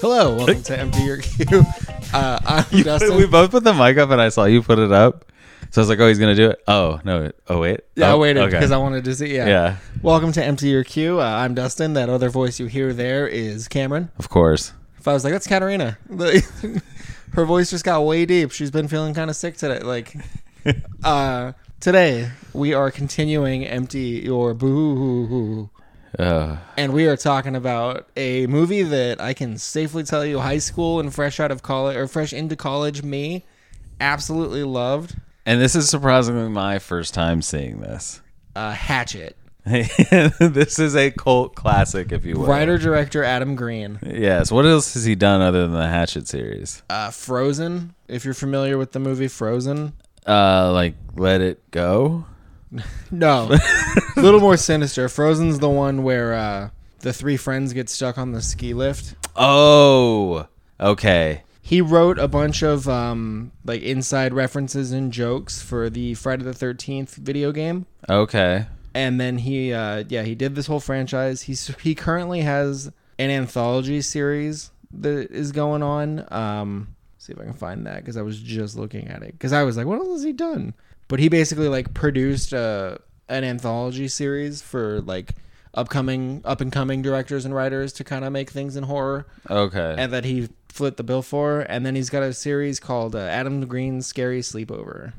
Hello, welcome to Empty Your Queue. Uh, I'm Justin. we both put the mic up, and I saw you put it up. So I was like, "Oh, he's gonna do it." Oh no! Oh wait. yeah, I oh, waited okay. because I wanted to see. Yeah. Yeah. Welcome to Empty Your Queue. Uh, I'm Dustin. That other voice you hear there is Cameron. Of course. If I was like, that's Katarina. Her voice just got way deep. She's been feeling kind of sick today. Like, uh, today we are continuing Empty Your Boo Hoo Hoo. Uh, And we are talking about a movie that I can safely tell you high school and fresh out of college or fresh into college me absolutely loved and this is surprisingly my first time seeing this. uh, Hatchet. this is a cult classic, if you will. Writer director Adam Green. Yes. What else has he done other than the Hatchet series? Uh, Frozen, if you're familiar with the movie Frozen. Uh, like Let It Go. No. a little more sinister. Frozen's the one where uh, the three friends get stuck on the ski lift. Oh. Okay. He wrote a bunch of um, like inside references and jokes for the Friday the 13th video game. Okay. and then he uh yeah he did this whole franchise he's he currently has an anthology series that is going on um see if i can find that because i was just looking at it because i was like what else has he done but he basically like produced uh an anthology series for like upcoming up and coming directors and writers to kind of make things in horror Okay. and that he flit the bill for and then he's got a series called uh, adam green's scary sleepover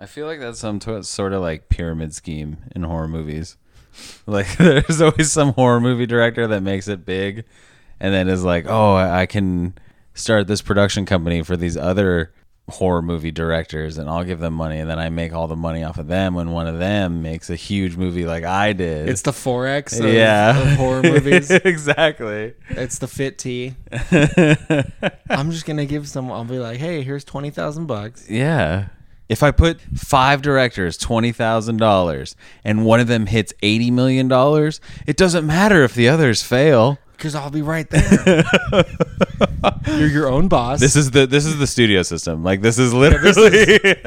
I feel like that's some t- sort of like pyramid scheme in horror movies. Like there's always some horror movie director that makes it big, and then is like, "Oh, I I can start this production company for these other horror movie directors, and I'll give them money, and then I make all the money off of them when one of them makes a huge movie like I did." it's the forex of, yeah, of horror movies exactly. It's the fit tea. I'm just gonna give some. I'll be like, hey, here's twenty thousand bucks. Yeah. If I put five directors twenty thousand dollars and one of them hits eighty million dollars, it doesn't matter if the others fail. Cause I'll be right there. You're your own boss. This is the this is the studio system. Like this is literally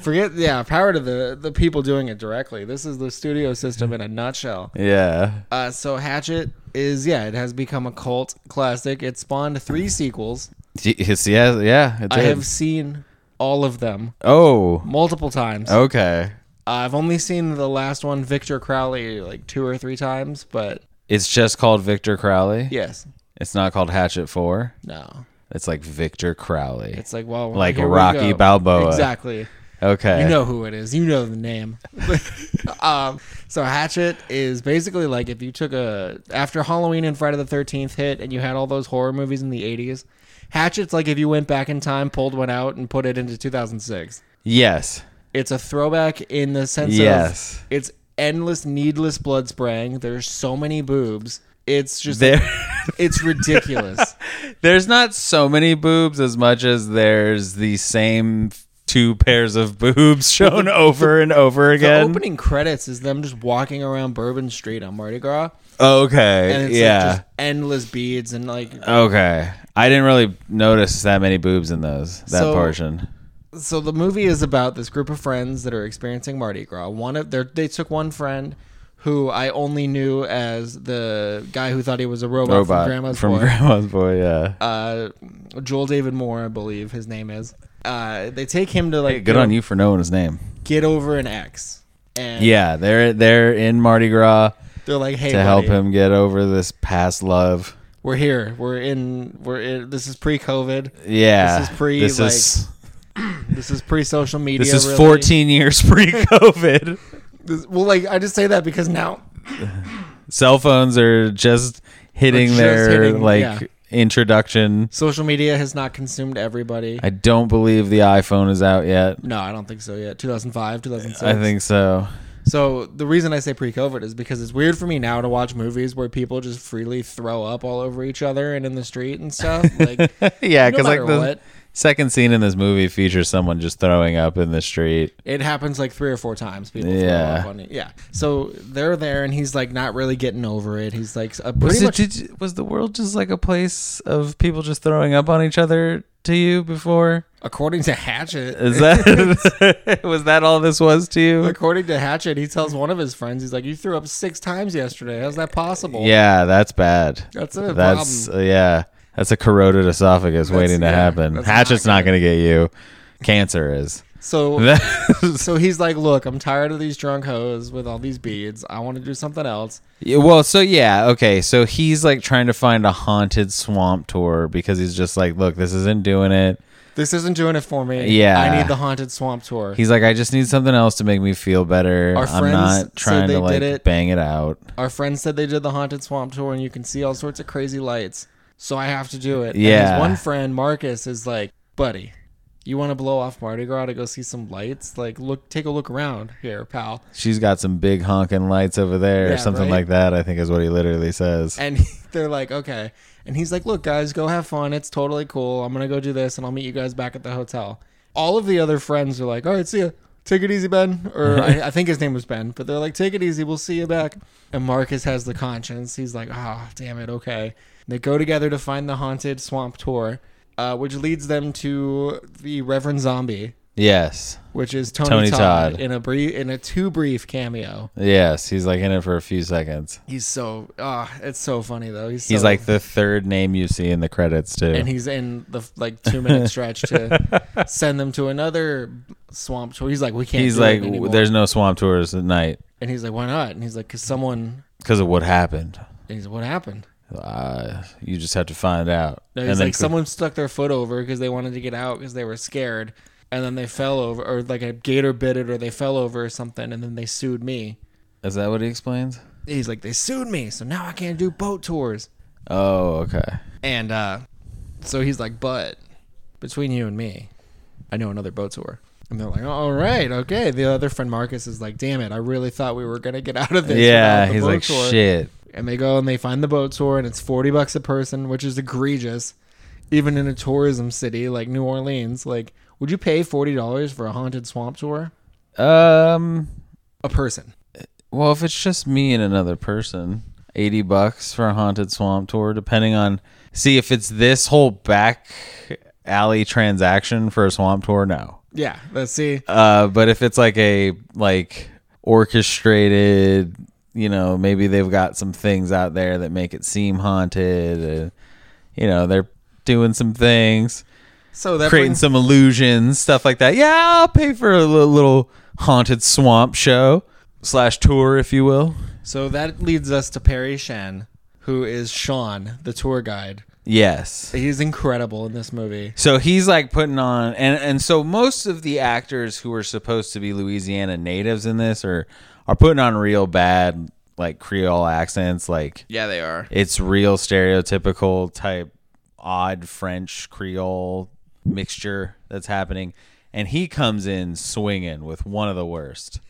Forget yeah, power to the the people doing it directly. This is the studio system in a nutshell. Yeah. Uh, so Hatchet is yeah, it has become a cult classic. It spawned three sequels. It's, yeah, yeah. It I did. have seen all of them oh. multiple times. Okay. I've only seen the last one, Victor Crowley, like two or three times. But It's just called Victor Crowley. yes, It's not called Hatchet Four. no, It's like Victor Crowley. it's like well, Like here we Rocky go. Balboa. exactly. Okay. You know who it is. You know the name. um, so Hatchet is basically like if you took a after Halloween and Friday the Thirteenth hit, and you had all those horror movies in the '80s. Hatchet's like if you went back in time, pulled one out, and put it into 2006. Yes. It's a throwback in the sense Yes. of it's endless, needless blood spraying. There's so many boobs. It's just There. it's ridiculous. There's not so many boobs as much as there's the same two pairs of boobs shown over and over the again. opening credits is them just walking around Bourbon Street on Mardi Gras, okay. and it's yeah. like just endless beads and like okay. I didn't really notice that many boobs in those that So- portion. so the movie is about this group of friends that are experiencing Mardi Gras. One of their they took one friend who I only knew as the guy who thought he was a robot, Robot from Grandma's from Boy. Grandma's Boy, yeah. uh, Joel David Moore, I believe his name is. Uh, they take him to like Good on you for knowing his name. get over an ex, and Yeah, they're they're in Mardi Gras they're like, hey, to help buddy, him get over this past love. We're here. We're in. We're in. This is pre-COVID. Yeah. This is pre, This like, is This is pre-social media. this is really. 14 years pre-COVID. This- well, like I just say that because now cell phones are just hitting Are just their hitting, like yeah. introduction. social media has not consumed everybody. I don't believe the iPhone is out yet. no, I don't think so yet. 2005, 2006. I think so. So the reason I say pre-COVID is because it's weird for me now to watch movies where people just freely throw up all over each other and in the street and stuff. Like, yeah, because matter like the what. second scene in this movie features someone just throwing up in the street. it happens like three or four times. People Yeah. throw up on it. Yeah. So they're there, and he's like not really getting over it. He's like a Was, pretty it- much. did you- was the world just like a place of people just throwing up on each other to you before? According to Hatchet, Is that was that all this was to you? according to Hatchet, he tells one of his friends, he's like, "You threw up six times yesterday. How's that possible?" Yeah, that's bad. That's a That's yeah. That's a corroded esophagus That's- waiting to yeah, happen. that's Hatchet's not going to get you. Cancer is. So That- so he's like, look, I'm tired of these drunk hoes with all these beads. I want to do something else. Yeah, well, so yeah, okay. So he's like trying to find a haunted swamp tour because he's just like, look, this isn't doing it. This isn't doing it for me. Yeah. I need the haunted swamp tour. He's like, I just need something else to make me feel better. Our I'm friends not said trying they to did like it. bang it out. Our friends said they did the haunted swamp tour, and you can see all sorts of crazy lights. So I have to do it. And his Yeah. one friend, Marcus, is like, buddy, you want to blow off Mardi Gras to go see some lights? Like, look, take a look around here, pal. She's got some big honking lights over there, Yeah, or something right? like that. I think is what he literally says. And they're like, okay. And he's like, look, guys, go have fun. It's totally cool. I'm going to go do this and I'll meet you guys back at the hotel. All of the other friends are like, all right, see ya. Take it easy, Ben. Or I, I think his name was Ben, but they're like, take it easy. We'll see you back. And Marcus has the conscience. He's like, ah, damn it. Okay. They go together to find the haunted swamp tour, uh, which leads them to the Reverend Zombie, Yes, which is Tony, Tony Todd, Todd. in a brief, in a too brief cameo. yes, he's like in it for a few seconds. He's so, ah, it's so funny though. He's, He's so- like the third name you see in the credits too. and he's in the like two minute stretch to send them to another swamp tour. He's like, we can't. he's do like, it anymore. there's no swamp tours at night and he's like, why not? And he's like, cause someone. because of what happened. And he's like, what happened? Uh, you just have to find out. No, And he's then like, someone stuck their foot over because they wanted to get out because they were scared, and then they fell over, or like a gator bit it, or they fell over or something, and then they sued me. Is that what he explains? He's like, they sued me, so now I can't do boat tours. Oh, okay. And uh, so he's like, but between you and me, I know another boat tour. And they're like, all right, okay. The other friend Marcus is like, damn it, I really thought we were gonna get out of this. without yeah, the he's boat like, tour." shit. And they go and they find the boat tour, and it's forty bucks a person, which is egregious, even in a tourism city like New Orleans. Like, would you pay forty dollars for a haunted swamp tour? Um, A person. well, if it's just me and another person, eighty bucks for a haunted swamp tour, depending on. See, if it's this whole back alley transaction for a swamp tour, no. Yeah, let's see. Uh, but if it's like a like orchestrated, you know, maybe they've got some things out there that make it seem haunted. And, you know, they're doing some things. So that creating brings, some illusions, stuff like that. Yeah, I'll pay for a li- little haunted swamp show slash tour, if you will. so that leads us to Perry Shen, who is Sean, the tour guide. Yes. He's incredible in this movie. So he's like putting on, and and so most of the actors who are supposed to be Louisiana natives in this are are putting on real bad like Creole accents, like Yeah, they are. it's real stereotypical type odd French Creole mixture that's happening. And he comes in swinging with one of the worst.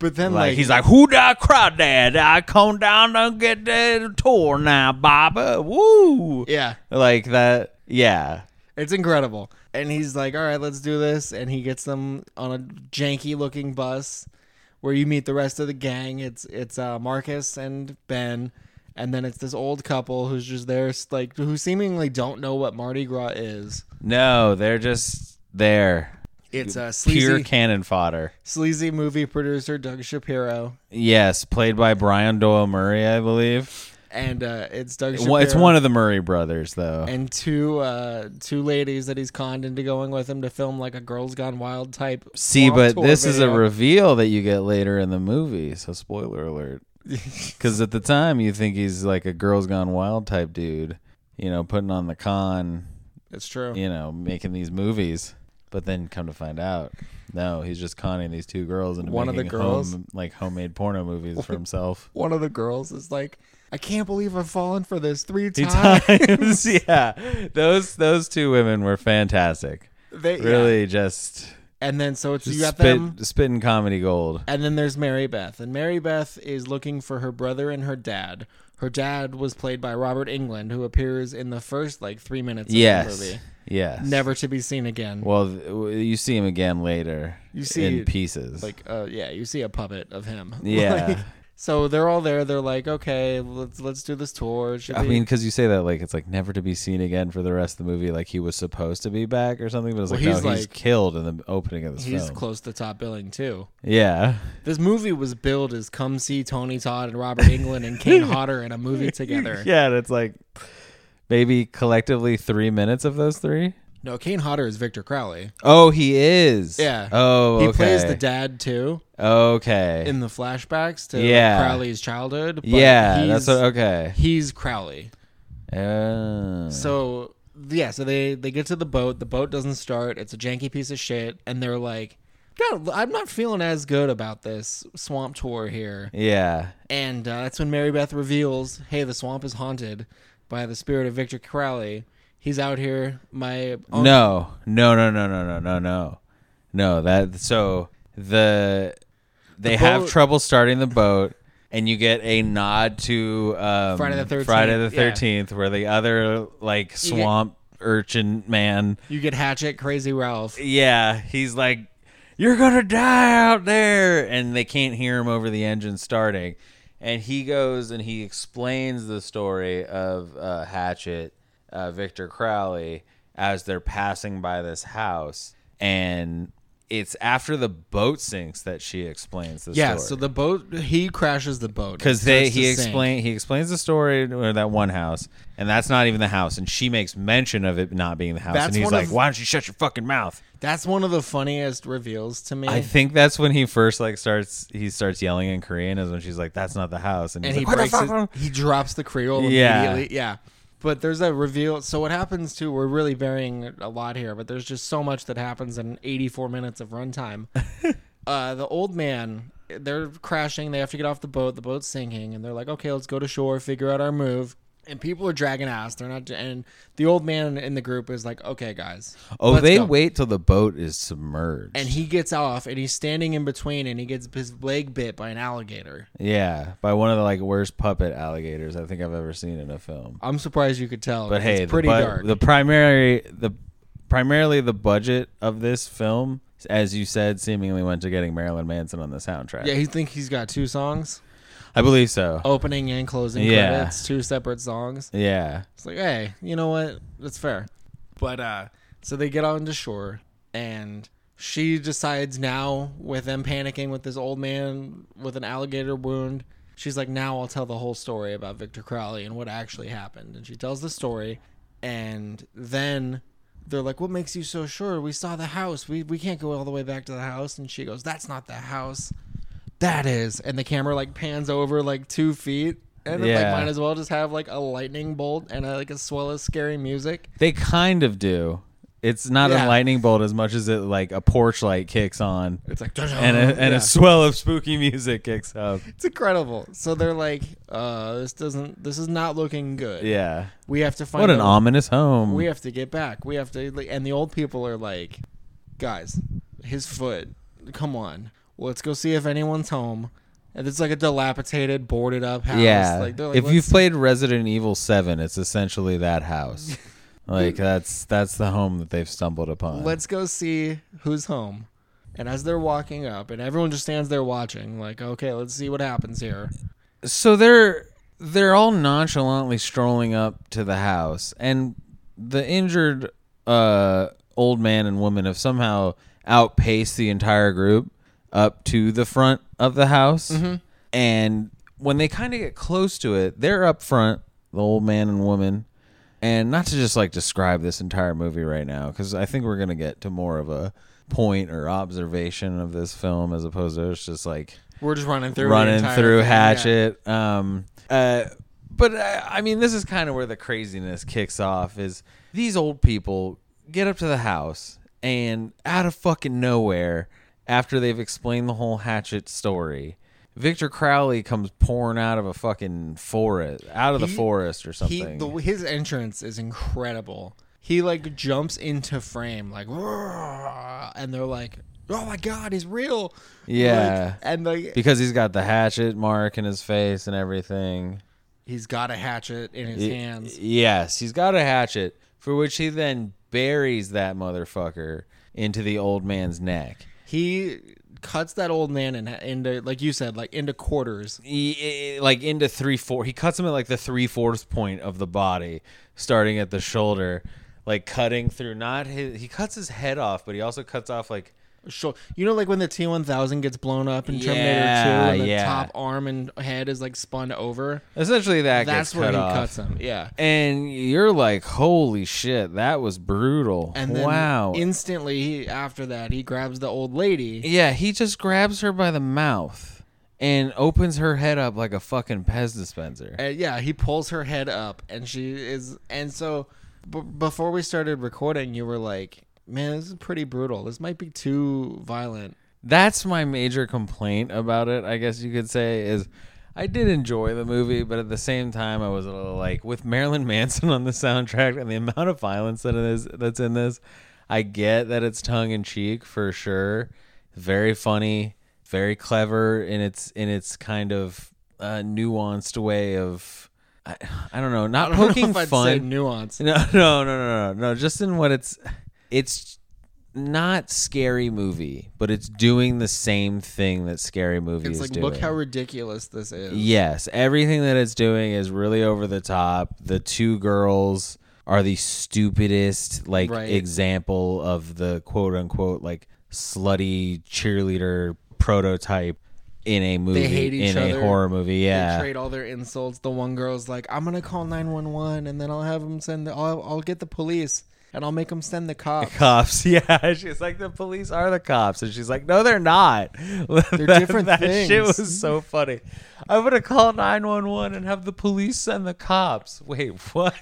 But then, Like, like, he's like, who da crawdad? I come down and get the tour now, Baba. Woo! yeah, Like that. Yeah. it's incredible. And he's like, all right, let's do this. And he gets them on a janky looking bus where you meet the rest of the gang. It's it's uh, Marcus and Ben, and then it's this old couple who's just there, s- like who seemingly don't know what Mardi Gras is. No, they're just there. It's a Pure sleazy, cannon fodder. sleazy movie producer Doug Shapiro, Yes, played by Brian Doyle Murray, I believe. and uh, it's Doug. Shapiro. Well, It's one of the Murray brothers, though. and two uh two ladies that he's conned into going with him to film like a girls gone wild type See, swamp but tour this is a video. reveal that you get later in the movie. So, spoiler alert. Because at the time, you think he's like a girls gone wild type dude, you know, putting on the con it's true you know, making these movies. But then come to find out, no, he's just conning these two girls into One of the making girls? home, like homemade porno movies for himself. one of the girls is like i can't believe i've fallen for this three Two times times, yeah. Those those two women were fantastic. They- yeah. Really, just, and then so it's just you got spit them spitting comedy gold. and then there's mary beth and mary beth is looking for her brother and her dad her dad was played by robert england who appears in the first like three minutes of Yes, the movie yes. never to be seen again Well, th- w- you see him again later. You see, in pieces. like uh yeah you see a puppet of him Yeah. Like, so they're all there they're like okay let's let's do this tour It should I be- mean, because you say that like it's like never to be seen again for the rest of the movie. Like he was supposed to be back or something, but it's Well, like he's, no, he's like- killed in the opening of this he's film. close to top billing too yeah, this movie was billed as come see tony todd and robert england and kane hodder in a movie together yeah, and it's like maybe collectively three minutes of those three. No, Kane Hodder is Victor Crowley. Oh, he is. Yeah. Oh, He okay. plays the dad too Okay. in the flashbacks to Yeah. Crowley's childhood. but yeah, that's he's- what, okay. He's Crowley. Oh. So yeah, so they they get to the boat. The boat doesn't start. It's a janky piece of shit, and they're like, "No, I'm not feeling as good about this swamp tour here." yeah. And uh, that's when Mary Beth reveals, "Hey, the swamp is haunted by the spirit of Victor Crowley. He's out here. My own- No, no, no, no, no, no, no, no, no. That so the they have boat- trouble starting the boat, and you get a nod to um, Friday the 13th, Friday the yeah. Thirteenth, where the other like You get- swamp urchin man, you get Hatchet, Crazy Ralph. yeah, he's like, "You're gonna die out there," and they can't hear him over the engine starting, and he goes and he explains the story of uh, Hatchet, uh, Victor Crowley, as they're passing by this house, and it's after the boat sinks that she explains the Yeah, story so the boat he crashes the boat because It they starts to he sink. explain he explains the story or that one house, and that's not even the house, and she makes mention of it not being the house, That's and he's one like, of- "Why don't you shut your fucking mouth?" That's one of the funniest reveals to me. I think that's when he first like starts he starts yelling in Korean is when she's like, That's not the house and, and he's he like, "What the breaks his, fuck?" he drops the creole Yeah. immediately yeah but there's a reveal so what happens too we're really varying a lot here but there's just so much that happens in 84 minutes of runtime uh the old man they're crashing they have to get off the boat the boat's sinking and they're like okay let's go to shore figure out our move and people are dragging ass they're not and the old man in the group is like okay guys Oh, let's they go." wait till the boat is submerged. and he gets off and he's standing in between and he gets his leg bit by an alligator yeah. By one of the like worst puppet alligators I think I've ever seen in a film. i'm surprised you could tell But hey, it's pretty the, bu- dark the primary the primarily the budget of this film, as you said, seemingly went to getting Marilyn Manson on the soundtrack. Yeah, Oh. he think he's got two songs, I believe so. opening and closing Yeah. credits, two separate songs. Yeah. It's like, hey, you know what? That's fair. But uh so they get onto shore and she decides now with them panicking with this old man with an alligator wound. She's like, now I'll tell the whole story about Victor Crowley and what actually happened. And she tells the story and then they're like, What makes you so sure? We saw the house. We we can't go all the way back to the house and she goes, That's not the house that is and the camera like pans over like two feet and it Yeah. like might as well just have like a lightning bolt and a, like as swell as scary music They kind of do. It's not Yeah. a lightning bolt as much as it like a porch light kicks on. it's like and a, and Yeah. a swell of spooky music kicks up. it's incredible so they're like uh this doesn't this is not looking good Yeah. we have to find What an a- ominous home. we have to get back we have to like, and the old people are like guys his foot come on let's go see if anyone's home and it's like a dilapidated boarded up house yeah. like, they're like, if you've "Let's- played Resident Evil 7, it's essentially that house. like that's that's the home that they've stumbled upon. let's go see who's home. And as they're walking up, and everyone just stands there watching, like, okay, let's see what happens here. so they're they're all nonchalantly strolling up to the house and the injured uh old man and woman have somehow outpaced the entire group up to the front of the house and when they kind of get close to it they're up front the old man and woman and not to just like describe this entire movie right now because i think we're going to get to more of a point or observation of this film as opposed to it's just like We're just running through, the running entire through thing, yeah. Hatchet. Um, uh, but uh, I mean, this is kind of where the craziness kicks off. Is these old people get up to the house and out of fucking nowhere, after they've explained the whole Hatchet story. Victor Crowley comes pouring out of a fucking forest, out of the He- forest or He, something. the, his entrance is incredible. He like jumps into frame, like, "Roar," and they're like, oh my god, he's real. Yeah. Like, and like, because he's got the hatchet mark in his face and everything. he's got a hatchet in his Y- hands. Yes, he's got a hatchet, for which he then buries that motherfucker into the old man's neck. He cuts that old man in, into, like you said, like into quarters. He, eh, like into three four, he cuts him at like the three fourths point of the body, starting at the shoulder, like cutting through. Not his, he cuts his head off, but he also cuts off like shul- You know, like when the T one thousand gets blown up in Yeah, Terminator two, and the yeah. top arm and head is like spun over. Essentially, that That's gets where cut he off. cuts him. Yeah. and you're like, holy shit, that was brutal. And then wow. instantly he, after that, he grabs the old lady. yeah, he just grabs her by the mouth and opens her head up like a fucking Pez dispenser. And yeah, he pulls her head up, and she is. And so, b- before we started recording, you were like, "Man, this is pretty brutal. This might be too violent." That's my major complaint about it, I guess you could say, is I did enjoy the movie, but at the same time, I was a little like, with Marilyn Manson on the soundtrack and the amount of violence that it is that's in this, I get that it's tongue in cheek for sure. Very funny, very clever in its in its kind of uh, nuanced way of, I, I don't know, not I don't poking know if I'd fun. say nuance. No, no, no, no, no, no. Just in what it's, it's not scary movie, but it's doing the same thing that scary movie It's is like, doing. look how ridiculous this is. Yes, everything that it's doing is really over the top. The two girls are the stupidest like Right. example of the quote unquote like slutty cheerleader prototype in a movie hate each in other. a horror movie. They Yeah. trade all their insults. The one girl's like, "I'm gonna call 911, and then I'll have them send. The, I'll I'll get the police, and I'll make them send the cops. cops. Yeah, she's like the police are the cops, and she's like, no, they're not. They're different That shit things. was so funny. I would have called nine one one and have the police send the cops. Wait, what?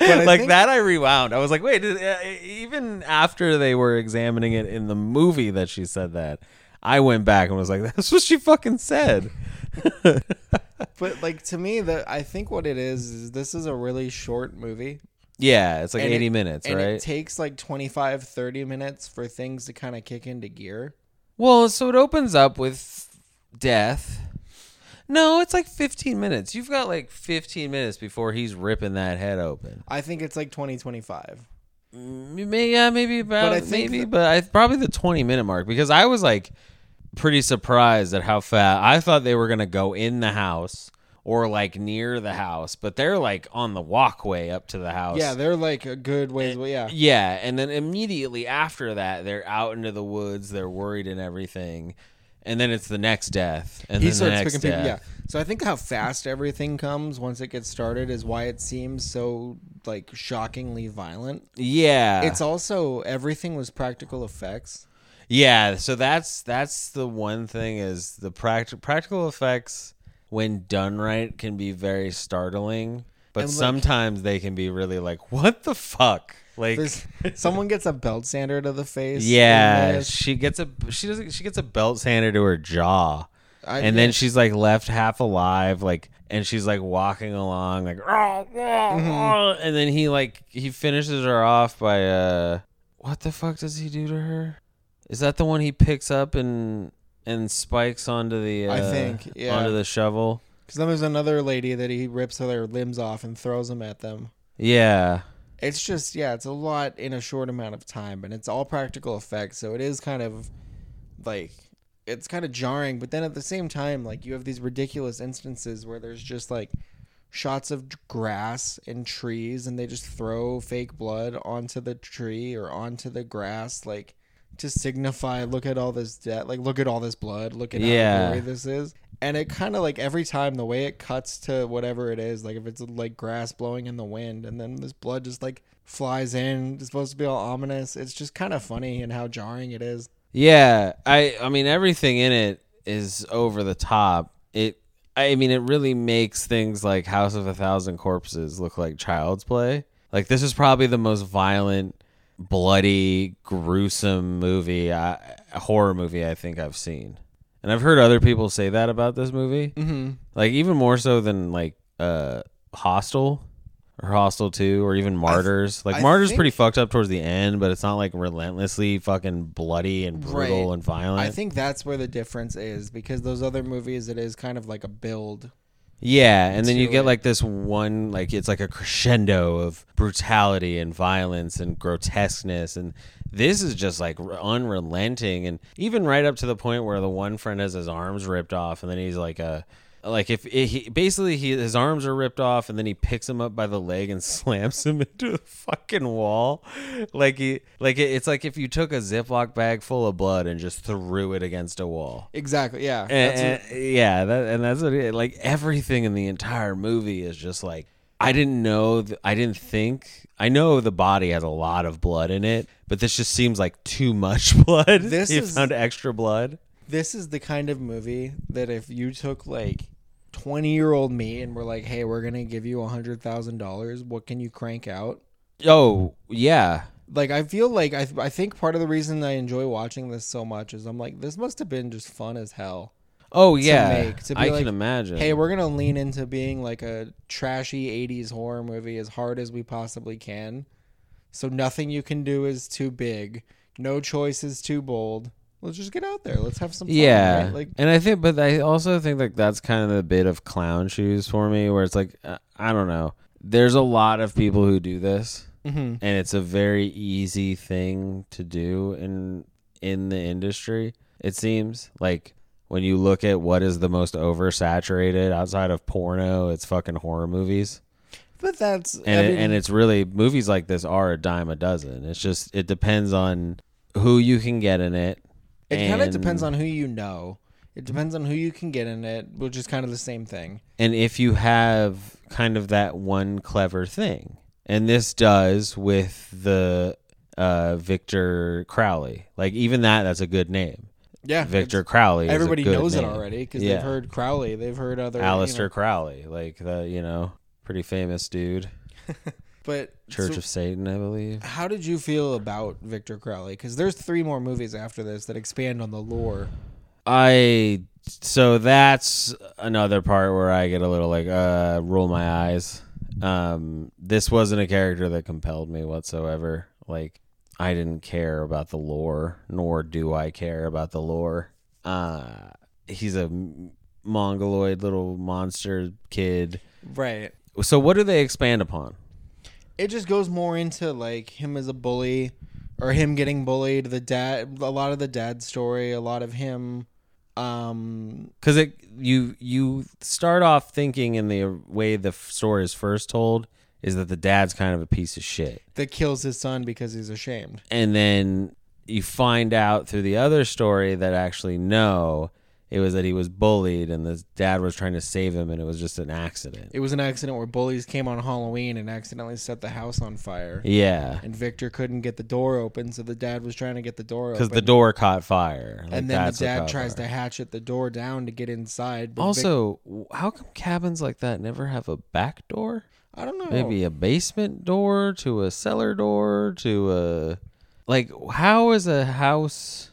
I like think- that, I rewound. I was like, wait. did- uh, Even after they were examining it in the movie that she said that, I went back and was like, that's what she fucking said. But like to me, that I think what it is is this is a really short movie. yeah, it's like And eighty it- minutes, and right? it takes like 25 30 minutes for things to kind of kick into gear Well, so it opens up with death. No, it's like 15 minutes. You've got like 15 minutes before he's ripping that head open. i think it's like 20 25 Maybe, yeah, maybe about I think maybe, the- but I, probably the 20 minute mark because I was like pretty surprised at how fast I thought they were gonna go in the house or like near the house, but they're like on the walkway up to the house. yeah they're like a good Eh, ways well yeah Yeah, and then immediately after that, they're out into the woods. They're worried and everything, and then it's the next death, and he then the starts next picking death. people yeah so i think how fast everything comes once it gets started is why it seems so like shockingly violent yeah, it's also everything was practical effects yeah. So that's that's the one thing is the practical practical effects when done right can be very startling, but And, like- sometimes they can be really like what the fuck, like. There's, someone gets a belt sander to the face in yeah, this. she gets a she doesn't she gets a belt sanded to her jaw. I- and then she's like left half alive like and she's like walking along like "Argh, argh, Mm-hmm. argh," and then he like he finishes her off by uh what the fuck does he do to her is that the one he picks up and and spikes onto the uh, I think, yeah. onto the shovel because then there's another lady that he rips their limbs off and throws them at them yeah It's just yeah, it's a lot in a short amount of time, and it's all practical effects, so it is kind of like it's kind of jarring. But then at the same time, like you have these ridiculous instances where there's just like shots of grass and trees, and they just throw fake blood onto the tree or onto the grass, like to signify, look at all this death, like look at all this blood, look at Yeah. how gory this is. And it kind of like every time the way it cuts to whatever it is, like if it's like grass blowing in the wind, and then this blood just like flies in. It's supposed to be all ominous. It's just kind of funny and how jarring it is. Yeah, I I mean everything in it is over the top. It I mean it really makes things like House of a Thousand Corpses look like child's play. Like this is probably the most violent, bloody, gruesome movie, I, horror movie I think I've seen. And I've heard other people say that about this movie. Mm-hmm. Like even more so than like uh Hostel or Hostel 2 or even Martyrs. like I Martyrs think- pretty fucked up towards the end, but it's not like relentlessly fucking bloody and brutal Right. and violent. I think that's where the difference is because those other movies, it is kind of like a build. yeah, and then you to get it. like this one like it's like a crescendo of brutality and violence and grotesqueness and this is just like r- unrelenting and even right up to the point where the one friend has his arms ripped off and then he's like a like if if he basically he, his arms are ripped off and then he picks him up by the leg and slams him into the fucking wall like he like it, it's like if you took a ziploc bag full of blood and just threw it against a wall Exactly. Yeah. and, That's what- and- yeah that, and that's what it, like everything in the entire movie is just like i didn't know th- i didn't think i know the body has a lot of blood in it but this just seems like too much blood This he is- found extra blood this is the kind of movie that if you took like 20 year old me and were like, hey, we're going to give you $100,000, what can you crank out? oh yeah Like, I feel like I, I think part of the reason I enjoy watching this so much is I'm like, this must have been just fun as hell. Oh yeah, make, to be I like, can imagine. Hey, we're going to lean into being like a trashy 80s horror movie as hard as we possibly can. So nothing you can do is too big, no choice is too bold. Let's just get out there. Let's have some fun. yeah, right? Like, and I think, but I also think like that's kind of the bit of clown shoes for me, where it's like uh, I don't know. There's a lot of people who do this, mhm. and it's a very easy thing to do in in the industry. It seems like when you look at what is the most oversaturated outside of porno, it's fucking horror movies. But that's. and I it, mean- and it's really movies like this are a dime a dozen. It's just it depends on who you can get in it. It kind of and- depends on who you know. It depends on who you can get in it, which is kind of the same thing. and if you have kind of that one clever thing, and this does with the uh, Victor Crowley, like even that that's a good name, Yeah, Victor Crowley. is a Everybody good knows it name. already because Yeah. they've heard Crowley, they've heard other you know- Alistair Crowley, like the you know pretty famous dude, but Church so of Satan, I believe. how did you feel about Victor Crowley? Because there's three more movies after this that expand on the lore. I so that's another part where I get a little like uh roll my eyes. Um this wasn't a character that compelled me whatsoever. Like I didn't care about the lore, nor do I care about the lore. Uh he's a m- mongoloid little monster kid. Right. So what do they expand upon? It just goes more into like him as a bully, or him getting bullied. The dad, a lot of the dad story, a lot of him. Um, because it you you start off thinking in the way the f- story is first told is that the dad's kind of a piece of shit that kills his son because he's ashamed. and then you find out through the other story that actually no it was that he was bullied and his dad was trying to save him and it was just an accident It was an accident where bullies came on Halloween and accidentally set the house on fire. yeah And Victor couldn't get the door open, so the dad was trying to get the door open. because the door caught fire Like, and then the that's what dad caught tries fire. to hatchet the door down to get inside. But Vic- also w- how come cabins like that never have a back door I don't know. maybe a basement door to a cellar door to a like how is a house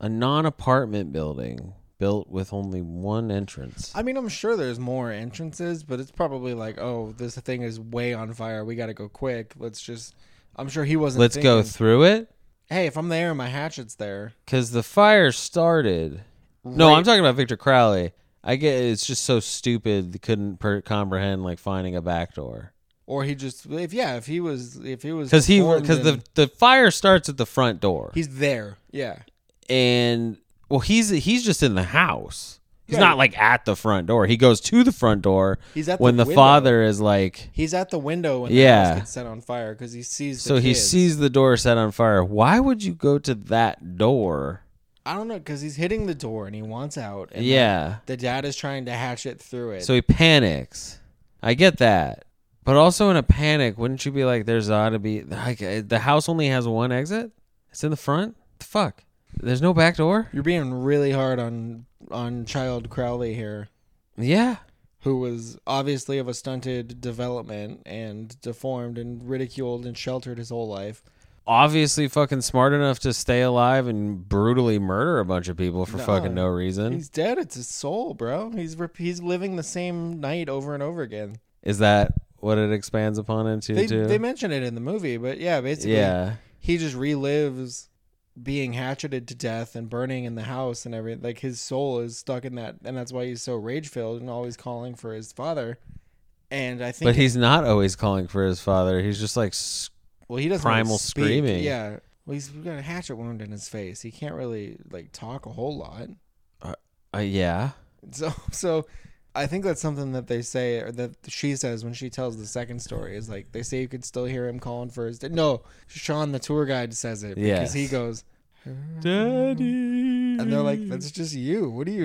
a non-apartment building built with only one entrance I mean, I'm sure there's more entrances, but it's probably like, oh, this thing is way on fire. We got to go quick. Let's just. I'm sure he wasn't. let's go thinking, through it hey, if I'm there and my hatchet's there, because the fire started no Right. i'm talking about victor crowley i get it's just so stupid they couldn't per- comprehend like finding a back door or he just if yeah, if he was if he was because he performed because the and- the fire starts at the front door he's there. Yeah, and well he's he's just in the house he's Yeah. not like at the front door he goes to the front door he's at when the the, window. father is like He's at the window when the Yeah. house gets set on fire because he sees. The so he kids. sees the door set on fire why would you go to that door I don't know because he's hitting the door and he wants out. And yeah The, the dad is trying to hatch it through it. so he panics i get that but also in a panic wouldn't you be like there's ought to be like uh, the house only has one exit it's in the front the fuck there's no back door you're being really hard on on child Crowley here, yeah who was obviously of a stunted development and deformed and ridiculed and sheltered his whole life. Mm-hmm. obviously fucking smart enough to stay alive and brutally murder a bunch of people for No. fucking no reason He's dead. It's his soul, bro. He's rep- he's living the same night over and over again. Is that what it expands upon into They too? they mention it in the movie, but yeah, basically, yeah. he just relives being hatcheted to death and burning in the house and everything. Like his soul is stuck in that, and that's why he's so rage filled and always calling for his father. And I think, But he's not always calling for his father. He's just like s- well, he doesn't really primal speak. screaming. Yeah, well, he's got a hatchet wound in his face. He can't really like talk a whole lot. uh, yeah. So, so I think that's something that they say or that she says when she tells the second story is like they say you could still hear him calling for his. No, Sean the tour guide says it because Yes. he goes Daddy. and they're like, "That's just you. What are you?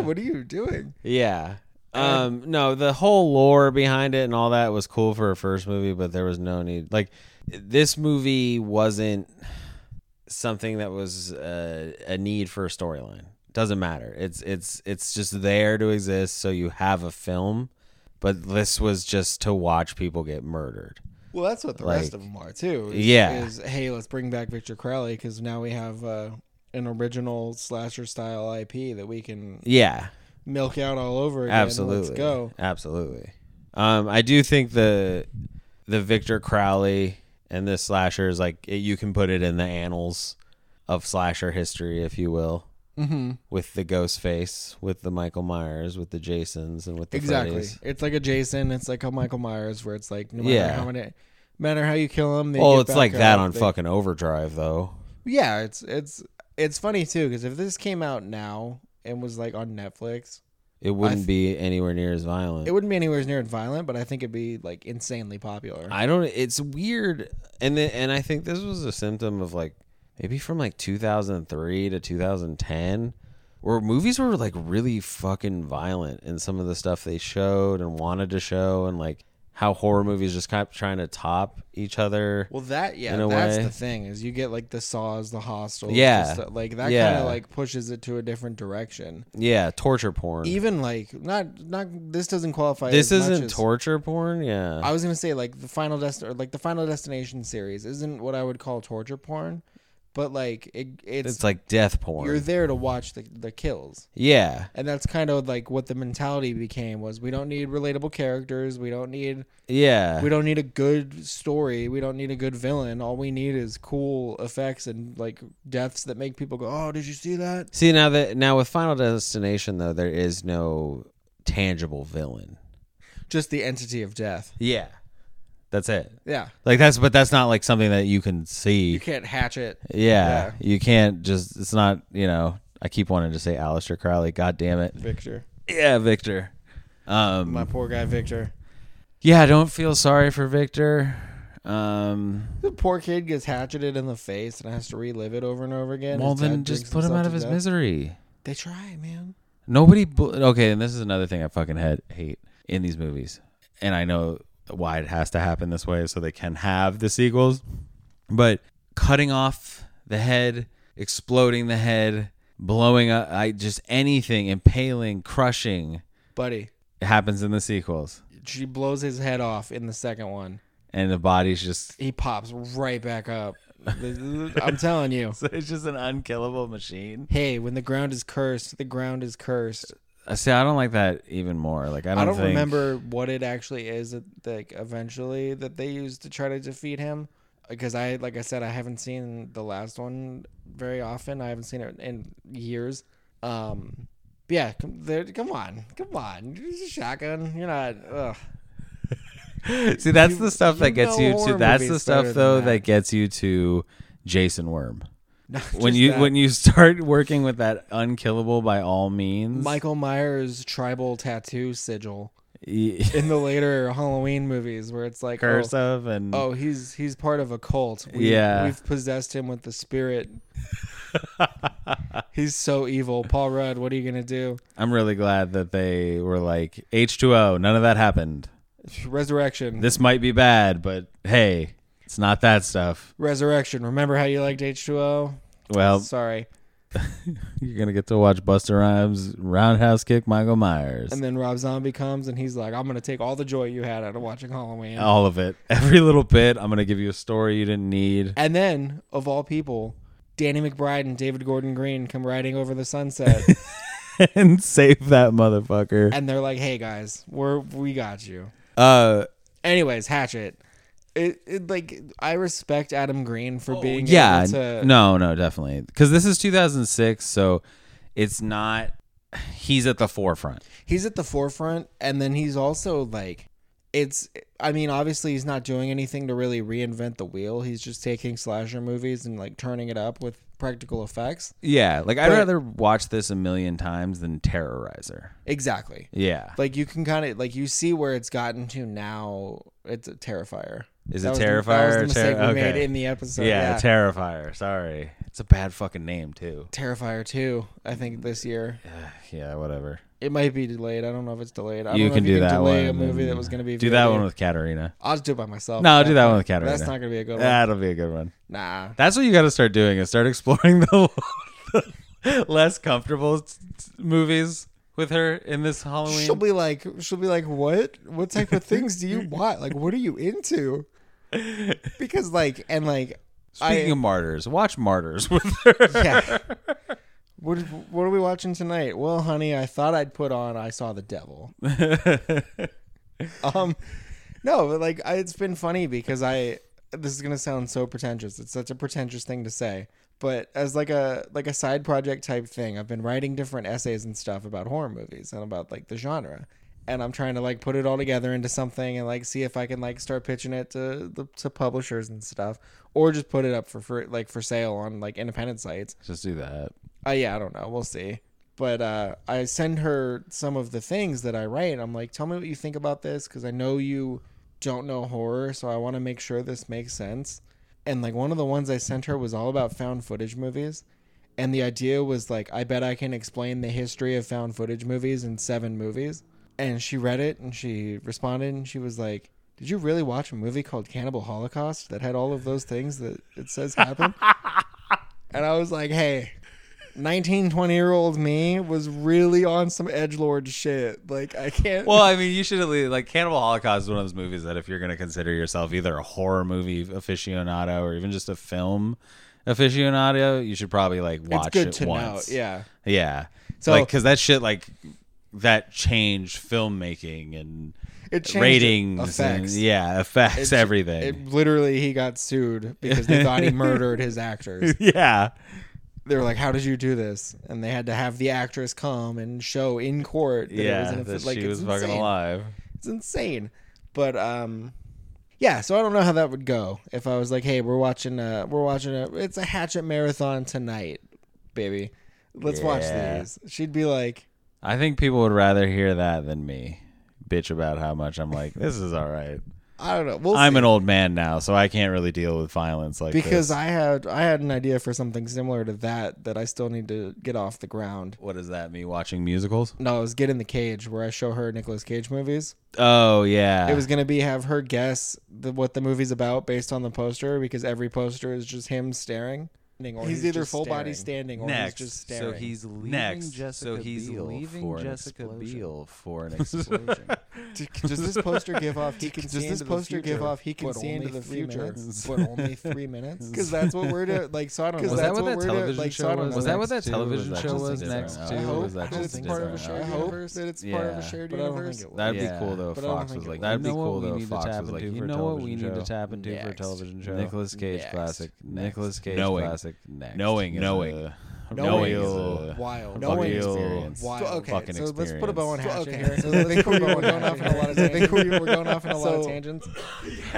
what are you doing?" Yeah. Um, no, the whole lore behind it and all that was cool for a first movie, but there was no need. Like, this movie wasn't something that was uh, a need for a storyline. Doesn't matter. It's it's it's just there to exist, so you have a film. But this was just to watch people get murdered. Well, that's what the rest Like, of them are too. yeah. Is hey, let's bring back Victor Crowley because now we have uh, an original slasher style IP that we can Yeah, milk out all over again. absolutely. Let's go. Absolutely. Um, I do think the the Victor Crowley and the slasher is like it, you can put it in the annals of slasher history, if you will, hmm with the ghost face, with the Michael Myers, with the Jasons, and with the Exactly. Freddys. It's like a Jason. It's like a Michael Myers, where it's like no matter Yeah. how many, matter how you kill him. They Well, get Oh, it's back like that up, on they- fucking Overdrive, though. Yeah, it's it's it's funny too because if this came out now and was like on Netflix, It th- wouldn't be anywhere near as violent. it wouldn't be anywhere as near violent, but I think it'd be like insanely popular. I don't. It's weird, and then and I think this was a symptom of like maybe from like 2003 to 2010, where movies were like really fucking violent in some of the stuff they showed and wanted to show, and like how horror movies just kept trying to top each other. Well, that yeah, in a that's way. the thing is you get like the saws, the hostels, Yeah. the stu- like that kind Yeah. of like pushes it to a different direction. yeah, torture porn. Even like not not this doesn't qualify. this as much isn't as- torture porn. Yeah, I was gonna say like the final dest or like the final destination series isn't what I would call torture porn, but like it, it's, it's like death porn. you're there to watch the the kills. yeah, And that's kind of like what the mentality became was we don't need relatable characters, we don't need yeah. we don't need a good story. We don't need a good villain. All we need is cool effects and like deaths that make people go, "Oh, did you see that?" See now that now with Final Destination though, there is no tangible villain. Just the entity of death. Yeah. That's it. Yeah, Like that's but that's not like something that you can see. you can't hatch it. yeah, You can't just it's not, you know, I keep wanting to say Aleister Crowley, god damn it. Victor, Yeah, Victor. Um my poor guy, Victor. Yeah, I don't feel sorry for Victor. Um The poor kid gets hatcheted in the face and has to relive it over and over again. well His dad then just drinks put him himself out to of his death. misery. They try, man. Nobody bu- okay, and this is another thing I fucking had, hate in these movies. And I know why it has to happen this way so they can have the sequels. But cutting off the head, exploding the head, blowing up I just anything, impaling, crushing Buddy, happens in the sequels. she blows his head off in the second one. And the body's just He pops right back up. I'm telling you. so it's just an unkillable machine. Hey, when the ground is cursed, the ground is cursed. Uh, See, I don't like that even more. Like I don't, I don't think- remember what it actually is that like eventually that they used to try to defeat him because I like I said I haven't seen the last one very often. I haven't seen it in years. Um but yeah, come, there, come on. Come on. Use a shotgun. You're not ugh. See, that's You- the stuff you that gets know you horror to. That's the movies better than stuff though that. that. gets you to Jason Worm. Not When just you that. when you start working with that unkillable by all means, Michael Myers tribal tattoo sigil y- in the later Halloween movies where it's like oh, curse of and oh, he's he's part of a cult. We, Yeah. we've possessed him with the spirit. he's so evil, Paul Rudd. What are you gonna do? I'm really glad that they were like H2O. None of that happened. Resurrection, This might be bad, but hey, it's not that stuff. resurrection. Remember how you liked H two O? Well, Sorry. you're gonna get to watch Buster Rhymes roundhouse kick Michael Myers. And then Rob Zombie comes and he's like, "I'm gonna take all the joy you had out of watching Halloween." all of it, every little bit. I'm gonna give you a story you didn't need. And then, of all people, Danny McBride and David Gordon Green come riding over the sunset, and save that motherfucker. and they're like, "Hey guys, we're we got you." Uh, anyways, Hatchet. It, it like I respect Adam Green for being Oh, yeah, able to no, no, definitely, because this is 2006, so it's not. He's at the forefront. he's at the forefront and then he's also like it's I mean, obviously he's not doing anything to really reinvent the wheel. He's just taking slasher movies and like turning it up with practical effects. Yeah, like I'd But- rather watch this a million times than Terrorizer. Exactly. Yeah, Like you can kind of like you see where it's gotten to now. It's a terrifier. Is That it was the- Terrifier That or was the mistake Terr- we made okay. in the episode. yeah, Yeah, Terrifier. Sorry, it's a bad fucking name too. Terrifier two. I think this year Yeah, whatever. it it might be delayed. I don't know if it's delayed. I don't you know can if do you can that delay one. a movie that and was going to be. do that VOD. one with Katarina. I'll just do it by myself. No, At do that that one point. with Katarina. That's not going to be a good one. That'll be a good one. nah. That's what you got to start doing is start exploring the, the less comfortable t- t- movies with her in this Halloween. She'll be like, she'll be like, what? What type of things do you want? Like, what are you into? Because like, and like, Speaking I- of martyrs, watch Martyrs with her. yeah. What, what are we watching tonight? Well, honey, I thought I'd put on I Saw the Devil. um, no, but like I, it's been funny because I this is gonna sound so pretentious. It's such a pretentious thing to say, but as like a like a side project type thing, I've been writing different essays and stuff about horror movies and about like the genre, and I'm trying to like put it all together into something and like see if I can like start pitching it to the to publishers and stuff, or just put it up for, for like for sale on like independent sites. Just do that. Uh, yeah, I don't know. We'll see. But uh, I send her some of the things that I write. I'm like, tell me what you think about this because I know you don't know horror, so I want to make sure this makes sense. And like one of the ones I sent her was all about found footage movies. And the idea was like, I bet I can explain the history of found footage movies in seven movies. And she read it and she responded and she was like, Did you really watch a movie called Cannibal Holocaust that had all of those things that it says happened? and I was like, Hey, 19, 20 year old me was really on some edgelord shit. Like, I can't. Well, I mean, you should at least like Cannibal Holocaust is one of those movies that if you're going to consider yourself either a horror movie aficionado or even just a film aficionado, you should probably like watch it's good it to once. know. Yeah. yeah. So- So because that shit like that changed filmmaking and It changed ratings, and, effects. yeah, It- affects everything. It, literally, he got sued because they thought he murdered his actors. yeah, They were like, "How did you do this?" And they had to have the actress come and show in court. That it was yeah, an, that offi- like, she it's was fucking insane. alive. It's insane. But um, yeah. So I don't know how that would go if I was like, "Hey, we're watching a we're watching a it's a Hatchet marathon tonight, baby. Let's watch Yeah. these." She'd be like, I think people would rather hear that than me bitch about how much I'm like, this is all right. "I don't know. We'll I'm see." an old man now, so I can't really deal with violence like because this. I had I had an idea for something similar to that that I still need to get off the ground. what is that? Me watching musicals? No, it was Get in the Cage, where I show her Nicolas Cage movies. Oh yeah, It was gonna be have her guess the, what the movie's about based on the poster, because every poster is just him staring. Or he's, either full body standing or next. he's just staring. So he's leaving next. Jessica so he's Biel leaving for an Jessica explosion. Biel for an explosion. D- does this poster give off? He can. see Does this into the poster give future, off? He can but see into only the three future, minutes? but only three minutes. Because that's what we're doing. Like, so I don't know. Was That's that what that we're doing, television like, so show I don't was? know. Was that Next what that to- television was that show just was different? next I to? I hope was that that it's just part of a different? shared I hope- universe. That it's part of a Yeah. shared But I don't universe. think it was. That'd Yeah. be cool though. If But I don't Fox think was it like, was. that'd be You know cool what we though. if need to Fox tap was like, into you for know what we television need to show? tap into for a Next. television show. Nicholas Cage Next. classic. Nicholas Cage Knowing. classic. Next. knowing, is Knowing. a- Knowing is is a wild. fucking Knowing is experience. wild. Wild. okay, Fucking so let's put a bow on experience. hatchet Okay. here. So I think we're going off on a lot of I tangents. think we were going off on a lot of So- tangents.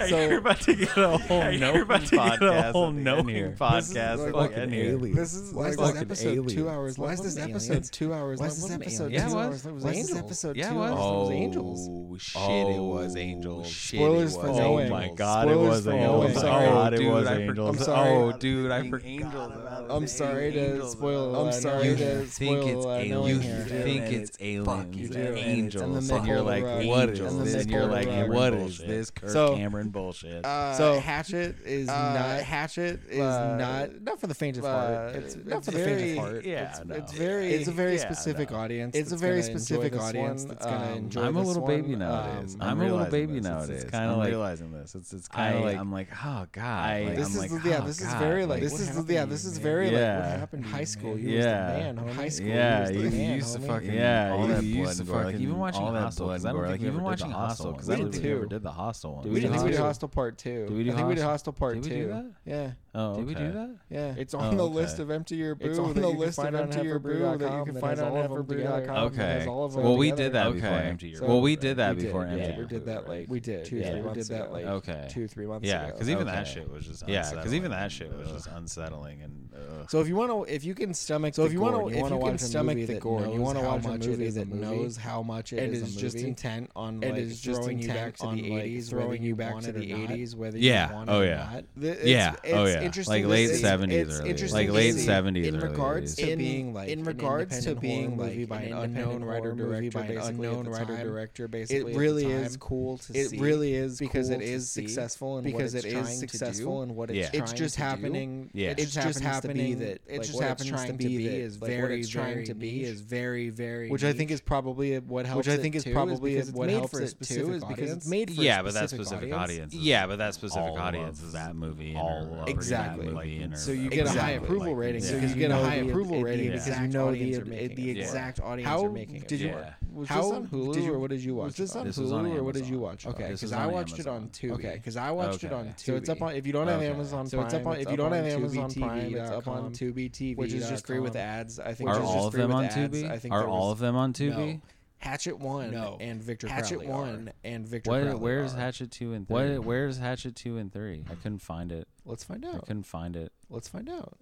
So, you're about to get a whole knowing podcast. A whole knowing podcast. like at the fucking end here. This is why is this Fucking episode two aliens. hours? Why is Wasn't this it episode aliens? two hours? Why Why is this wasn't it episode two aliens? Yeah, it hours? was. Why is this Angels. episode two Yeah, it was. hours? Oh It was angels. Oh, shit! it was angels. Shit, it Spoilers was for angels. Knowing. Oh my god! Spoilers it was for Knowing. angels. Sorry. Oh god! It Dude, was I forgot angels. I'm sorry. Oh dude, I forgot. I'm sorry to spoil. about I'm it. sorry You to spoil. uh, knowing here. think it's aliens you do. and And it's- angels, and then and, they you're pull like, the rug. what And is then this? they And pull you're the like, rug. what Cameron is this Kirk So- Cameron bullshit? Uh, So- hatchet is not hatchet is uh, not not for the faint of heart. uh, It's, not it's for the faint very- of heart. yeah, it's, no. it's very it's a very specific audience. It's a very specific audience that's gonna enjoy. I'm a this little one. baby nowadays. Um, I'm, a little baby nowadays. Kind I'm of like realizing this. It's it's kind of like I'm like, oh god. like, this I'm is like, yeah. oh, This is God, very like this what is happened yeah. to This you, is man? very like Yeah. what happened in high school. You Yeah. was the man. homie. High school. Yeah, you you, was the man, used to homie. fucking Yeah, all you that used blood to and gore. Like fucking- even watching all that Hostel, blood because and I don't gore. think Like, even even watching watching Hostel, Hostel, because I we don't did think we ever too. did the Hostel one. Did We We did, did we did Hostel. Hostel Part Two. Did we do I think we did Hostel? Hostel Part Did we Two. do that? Yeah. Oh, Did we do okay. that? Yeah. It's on on Oh, the the okay. list list of of empty your boo. It's on the list of Empty Your Boo that you can find on heiferbrew.com. Okay. Has all of them Well, we together. did that Okay. before empty your. So- well, we did that we did, before yeah, empty we your. did Boo, that late. Right? We did. Two, yeah, three we months did that ago. late. Okay. Two, three months Yeah, ago. because even that Okay. shit was just Yeah, 'cause unsettling. even that shit was Ugh. just unsettling and ugh. So if you want to, if you can stomach, so the if you want gore, to, you if wanna you can watch a stomach movie the that gore, you knows want to how watch a much it movie is a that movie, knows how much it and is, is a just movie, intent on and like, is just throwing you intent back to on, the like, 80s, throwing whether you you back want to it the or not. 80s, whether Yeah, you want oh it or yeah. not. The- it's, Yeah, it's oh, yeah. interesting Like to late see- 70s, it's early interesting 80s. to Like late see 70s, in early regards 80s. to In- being like in an regards to independent being, horror like, movie by an an independent unknown horror writer movie director by an basically at unknown the writer time. director, it basically at the really is time. cool to It see really is because cool it to is see, successful and because what it's it is trying successful to do. and what Yeah. it's it's trying just to do. happening Yeah. it's, just happening that like, it's just what it's happening trying to be is like, what very it's trying to be niche. is very very which I think niche. is probably what helps. Which I think it is too, probably because what made helps for a it too, specific is because audience. it's made for Yeah, a but that's specific audience. is Yeah, but that specific all audience of is that movie, all all of over that Exactly. That movie and So or you that get a movie. high Exactly. approval Like, rating, yeah. so you You get a know high the- approval the rating because you exact know the audience are it- making the it for. exact audience How are making it. did you for. Yeah. Was How this on Hulu did you- or what did you watch? was this it on on This was on Hulu or what did you Amazon. watch? it on? Okay, This because is I on watched it Amazon. on Tubi. Okay, because I watched it Okay. on Tubi. So it's up on- if you don't have Okay. Amazon So it's up Prime, on- if you don't have Amazon Prime, Tubi it's up on dot com, Tubi TV, which is just free with ads. I think Which Are is all just of free them with on ads. I Tubi? think Are there all was- of them on Tubi? No. Hatchet one No. and Victor Hatchet Crowley one are. and Victor. What, Crowley where's are. Hatchet two and three? What, where's Hatchet two and three? I couldn't find it. Let's find I out. couldn't find it. Let's find out.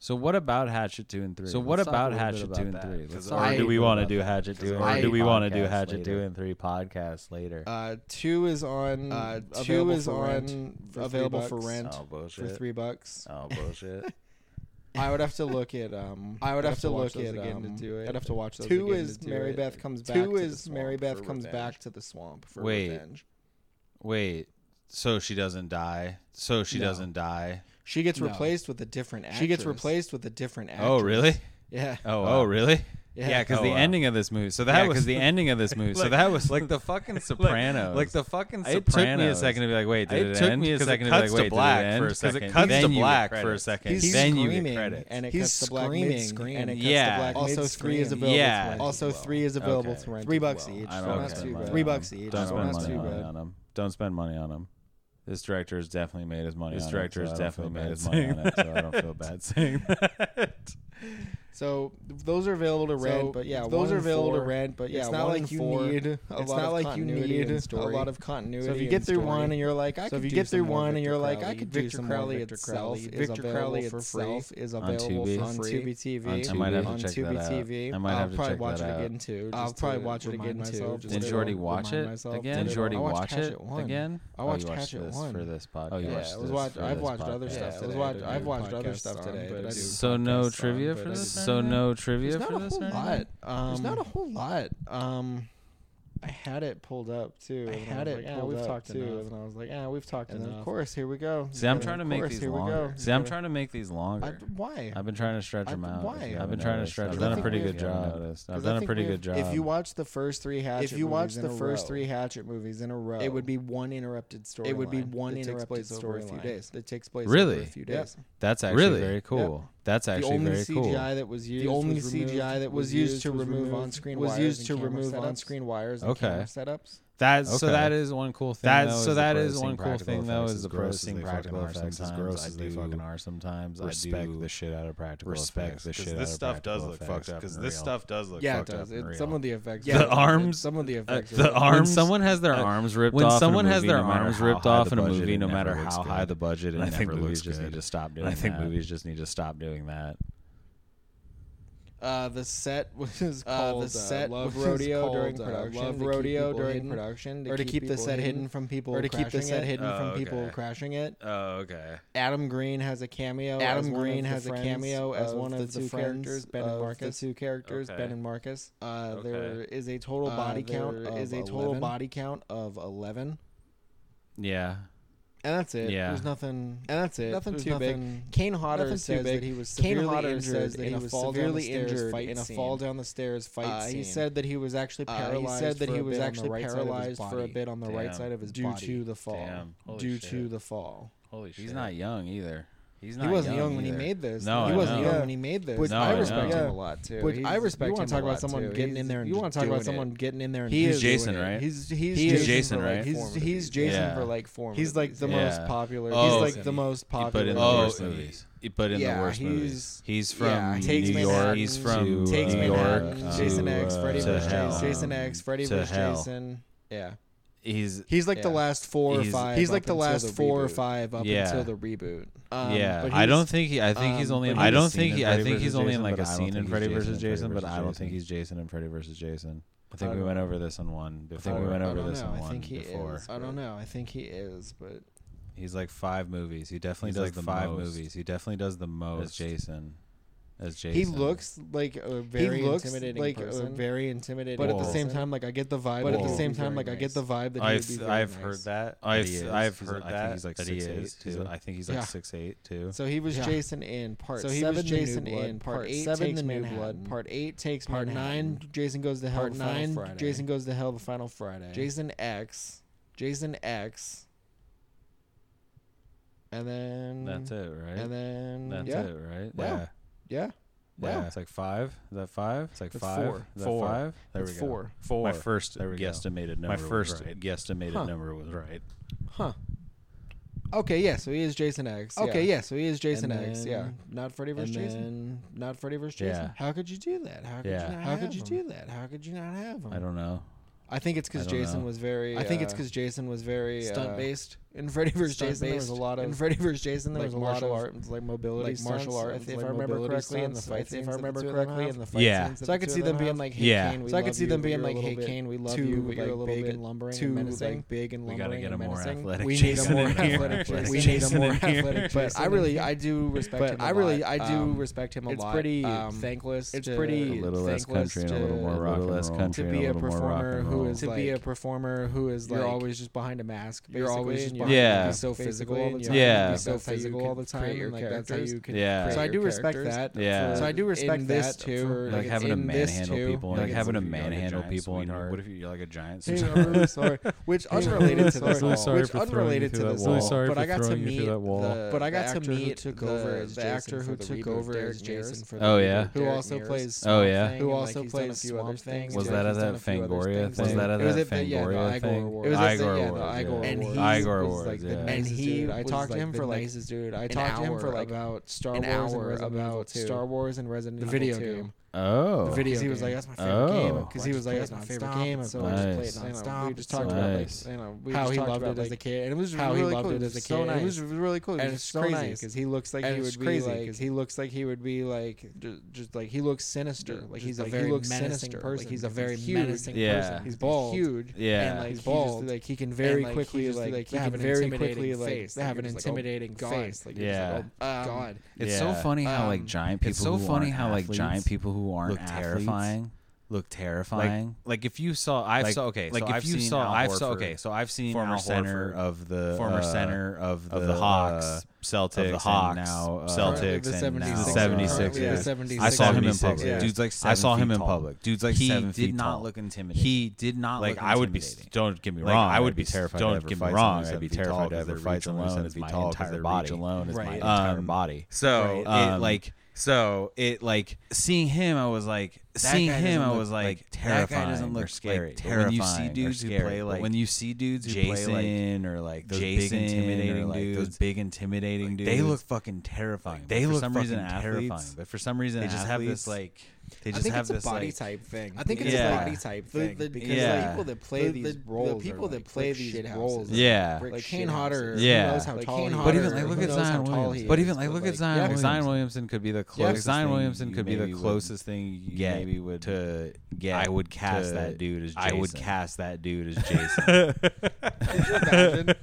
So what about Hatchet two and three? So what Let's talk a about little bit Hatchet about two and that, three? 'cause Let's I- talk. Or do we want to do Hatchet two? I- Or do we want to do podcast Hatchet two later. and three podcasts later? Uh, two is on. Uh, two available is for on rent for available three for bucks. rent Oh, for bullshit. three bucks. Oh bullshit. I would have to look at. Um, I would have, to, look at again to do it. I'd have to watch those. Two is Mary Beth comes back. Two is Mary Beth comes back to the swamp for Wait. revenge. Wait, so she doesn't die? So she No. doesn't die? She gets No. replaced with a different. Actress. She gets replaced with a different. Actress. Oh, really? Yeah. Oh, Oh, really? Yeah, because Oh, the wow. ending of this movie. So that was was- the ending of this movie. so like- that was like the fucking Sopranos. Like the fucking It took me a Sopranos. second to be like, wait, did it, It took end? me a 'Cause second it to be cuts like, wait, did it black end? for a 'Cause it second. cuts Then to you get black for a credits. second. He's Then you get screaming, credits. and it He's cuts the black screaming, mid-scream, and it cuts yeah. the black Also, mid-scream. three is available Yeah. for rent Also, as well. three is available Okay. for rent. Three as bucks well. each. I So don't not wanna too spend money bad. on Three them. bucks each. Don't so spend not money too on, bad. them. Don't spend money on them. This director's definitely made his money. This on director's it, so I don't definitely feel made bad his saying money on it, that. so I don't feel bad saying that. So those are available to rent, but yeah, those are available to rent, but yeah, it's not one like and you four. need. A It's lot not of like you continuity need and a story. lot of continuity So if you get and through story. one and you're like, I So if could you do get through some more one and Victor you're like, I Crowley, could do Victor some more Crowley Victor itself Crowley. is Victor available Crowley for itself free. is On available Tubi? for On free. Tubi on TV. I TV. might have to on check Tubi that out. TV. I might will have to probably check watch that it out. again too. I'll just probably to watch it remind again, too, myself, just just Did to Jordy remind watch it myself. again? Did Did it Jordy all. I watched watch it Hatchet one. again? I Oh, watched you watched Hatchet this one. for this podcast. Oh, you yeah, watched I was this watch- for I've this watched other podcast. stuff Yeah, I today. was watch, I've do watched other podcasts stuff on, today. but I but I do do So no podcasts on, trivia but for I this? do- So no trivia There's for not a this? whole or lot. anything? Um, There's not a whole lot. Um, I had it pulled up too. I and had was it like, ah, pulled we've up, talked too, enough. and I was like, ah, we've talked And then enough. of course, here we go. See, I'm And trying to of make course, these here we go. longer. See, I'm Gotta- trying to make these I, longer. why? I've been trying to stretch I- them out. why? if you I've haven't been trying to noticed. stretch I've them done out. a pretty I good think we have- job. noticed. I've 'Cause done a think pretty we good have- job. If you watch the first three Hatchet, if you watch movies in the a first row, three Hatchet movies in a row, it would be one interrupted story. it would be one that takes interrupted place over story a few line days. that takes place Really? over a few days. That's actually Really? very cool. That's The actually only very CGI cool. that was used, The only was removed- CGI that was was used used to was remove removed- on-screen was wires used and to camera remove setups. on-screen wires and camera Okay. setups. That's so Okay. that is one cool thing. That's- though, so is that the is pro one seeing cool practical thing, though, effects is the as pro gross as seeing they practical fucking are effects as sometimes. gross I as they do fucking are sometimes. I Respect do the shit out of practical respect effects, the 'cause shit. This out of stuff practical does look effects fucked up. because and this real. stuff does look Yeah, it fucked up. does. and It, real. some of the effects. Yeah. The are- arms- Some Uh, of the effects. the are- arms. When someone has their uh, arms ripped when off, in a someone has movie, their no matter arms how ripped high off the in a budget, movie, it no never matter looks how good. high the budget, it And I think never movies looks just good. need to stop And I doing think that. movies just need to stop doing that. Uh, the set was Uh, called the set Love was Rodeo called, during uh, production. Love to keep Rodeo people during hidden, production, to or to keep keep the people set hidden hidden, from people, or to keep the crashing set it. hidden Uh, from Oh, people okay. crashing it. Oh, okay. Adam Green has a cameo. as Adam one Green of the has a friends cameo as of one of the the two friends characters, Ben and of Marcus. The two characters, Okay. Ben and Marcus. Uh, Okay. There is a total Uh, body there count. Is is a a total 11. body count of eleven, Yeah. and that's it. Yeah. There's nothing. And that's it. Nothing There's too big. nothing- Kane Hodder Nothing too says big. that he was Kane severely Hodder injured says that in he a was fall down the severely stairs injured fight in a scene. fall down the stairs fight Uh, scene. he said that he was actually Uh, paralyzed. he said that for he a bit was on the actually right side of his paralyzed for a body. bit on the right Damn. side of his due body to the fall. Damn. Holy due shit. to the fall. He's not young either. He's He wasn't young, when he made this. No, he I wasn't know. young when he made this. Which No, I I respect know. him Yeah. a lot too. Which He's- I respect. You want him to a talk lot, about someone too. getting He's- in there and you want just to talk doing about it. someone getting in there and He's just doing Jason, it. right? He's he's, He's Jason, Jason, for, like, right? He's he's Yeah. Jason Yeah. for like four. He's like the Yeah. most popular. Oh, he's like the most He put popular. in the Oh, worst Oh, movies. He put in yeah, the worst he's movies. He's from Yeah, Takes New York. Manhattan He's from to, Takes New Manhattan, York. Jason to, X, uh, Freddy to vs. hell. Jason, Jason X, Freddy To vs. hell. Jason. Yeah, He's he's like the Yeah. last four or He's- five. he's up like the until last four or reboot. five up Yeah. until the reboot. Um, Yeah, but I he's- don't think he. I think he's um, only. In but I he's don't a scene think in he. I Freddy think he's versus only in Jason, like but I don't a scene think in he's Freddy Jason versus in Freddy Jason, but versus I don't Jason. think he's Jason in Freddy versus Jason. I I think we don't- went over this on one. I think I we don't- went I over don't this know. on I one think he before. is. I don't know. I think he is, but He's like five movies. He definitely He's does like the the five most. movies. He definitely does the most as Jason. As Jason, he looks like a very looks intimidating like a person. very intimidating. but at the Whoa. same time, like I get the vibe. that But at he the would same be time, very like I get nice. the vibe that he would be I've very I've nice. heard that. That he I've is. I've He's heard like- I that. think he's like that he 6'8" is too. too. I think he's like Yeah. six eight too. So he was Yeah. Jason in part. So seven, he was The New Jason Blood, in part eight seven, takes The New Manhattan. Blood, part eight takes Part Manhattan. nine, Jason goes to hell. Part the Final nine, Friday. Jason goes to hell. The final Friday. Jason X, Jason X, and then That's it, right? And then That's yeah, it, right? Wow. Yeah. yeah, Yeah, Wow. it's like five. Is that five? It's like That's five. four. Is that Four. five? There That's we go. four. My first There we go. guesstimated number. My was first right. guesstimated Huh. number was right. huh? Okay, yeah. So he is Jason X. Okay, yeah. yeah. So he is Jason And X. then- Yeah, not Freddy and vs. Jason. then- Not Freddy vs. Yeah. Jason. How could you do that? How could Yeah. you? Not How have could you him? do that? How could you not have him? I don't know. I think it's I because don't Jason know. was very. I think it's uh, because Jason was very stunt uh, based. In Freddy vs. stunt Jason, there was a based. lot of In Freddy vs. Jason. there There was like a lot martial of art, like mobility, like martial martial arts, arts. If like I remember mobility correctly, in the stunts, fight, if I if I remember remember correctly correctly, in in the the fight fight Yeah. scenes, So I could see them being like, hey, Yeah. Kane, we so I could love see you, them but being you're a like, little hey, bit Kane, we love too- you, you're but a you're little like bit big and lumbering too, and menacing. like, big and We lumbering gotta get a and more menacing. athletic we need a Jason more in here. athletic Athletic Jason. We need a Jason more in here. athletic Jason. But I really, I do respect But him. I really, I do respect him a a lot. lot. Um, thankless. it's to- pretty A little less thankless country and a little to- more to rock rock and and less roll. country to and be a a little more rock performer and who roll. is To like, be a performer who is like- you're always just behind a mask. You're always just basically, and behind- you're Yeah. be so physical all the time. and and you're Basically, Yeah. Be so that's how you physical could all the time. create your and, like that's how characters. you can. Yeah. So I your do respect characters. that. Yeah. So I do In respect this, that too. for- like it's having to in this manhandle too. people, Like, like it's- having to What if you're like a manhandle giant people. And Oh, sweetheart? what if you're like a giant? Hey, sweetheart? I'm really sorry. Which unrelated to this Really all. sorry Which unrelated to this wall. all. But I got to meet. the- But I got the to actor who meet took the, over as the Jason actor for who the took reboot, over Derek as Jason Mears. for the Oh reboot, yeah. who Derek also Mears. plays. Oh, Swamp yeah. Thing, Who and, also like, he's done a plays few other Swamp Thing. things. Was like, that at he's done that a few other Fangoria things. thing? Was that at It was that at the- yeah, the Fangoria Igor thing? Awards. It was at the- Igor yeah, the Awards, Igor yeah. And Awards. he Igor was like Awards, the yeah. nicest And he dude. I was, talked like, to him the for like nicest dude. I I talked to him for like about Star an Wars and hour Resident Evil about 2. Star Star Wars and Resident the Evil video 2. game. Oh. The video Because he was game. like, that's my favorite game. Oh. Because he was like, that's my favorite game. And so we Nice. just played Nice. nonstop. We just talked Nice. about like, you know, we How just he talked loved about, it as like, a kid, and it was how really he loved cool. it as a was kid. So nice. It was really cool. and And it's it's so crazy nice. because he looks like And he it's would crazy, be like, 'cause he looks like he would be like, ju- just like he looks sinister. Like just he's like, a he very looks menacing sinister. person. Like, he's a because very huge. menacing Yeah. person. He's bald. huge, Yeah. and like He's he's bald. bald. like he can very like, he quickly just, like, like, he have can an very intimidating quickly like face. Like, have you're an just like, oh, intimidating God. face. Like you're Yeah. just like, oh, Um, God. It's Yeah. so funny how like Um, giant people. it's so who funny aren't how, like, athletes giant people who aren't terrifying look Like, terrifying. like if you saw, I Like- saw. Okay, like so if I've you seen saw- Al I've saw- Horford, okay, so I've seen former Al center Horford, of the former uh, center of the, of the Hawks, uh, Celtics, of the and Hawks, now currently uh, Celtics, the and now 76ers. the Currently the 76ers. 76ers. I saw him in public. 76ers, yeah. Dude's like seven I saw him feet in tall. public. Dude's like he seven feet did not tall. look intimidating. He did not like look I would be. intimidating. Don't get me Like, wrong. I would I'd be terrified. to Don't ever get me fight wrong. someone who's I'd be seven feet tall terrified to 'cause ever their fight reach someone alone who's seven is feet my tall entire because their body. reach alone is my Right. entire Um, body. So Um, it like so it like seeing him, I was like seeing guy him, doesn't I look, was like, like, That guy terrifying doesn't or look scary. Like, But terrifying. When you see or dudes who scary. play But like when you see dudes who play, like, Jason or like those Jason or, big intimidating like, dudes, those big intimidating They dudes. look fucking terrifying. Like, they but for look some reason fucking athletes, terrifying. But for some reason They just have athletes- this like. They I just think have it's a this body like. type thing. I think it's a a Yeah. body body type The- thing the- because yeah. the people that play The- these the- the roles, people are, that like, play brick these shithouses. roles are Yeah. brick Like Kane shithouses. Hodder, Yeah. who knows how Like tall Kane he But Hodder, is, even like who look at knows how Zion tall Williamson. he But is, even like look at Zion yeah. Williamson. Zion Williamson could be the closest. Zion thing Williamson you could be the maybe would closest thing you get maybe would to get. I would cast to- that dude as I would Jason. cast that dude as Jason. Could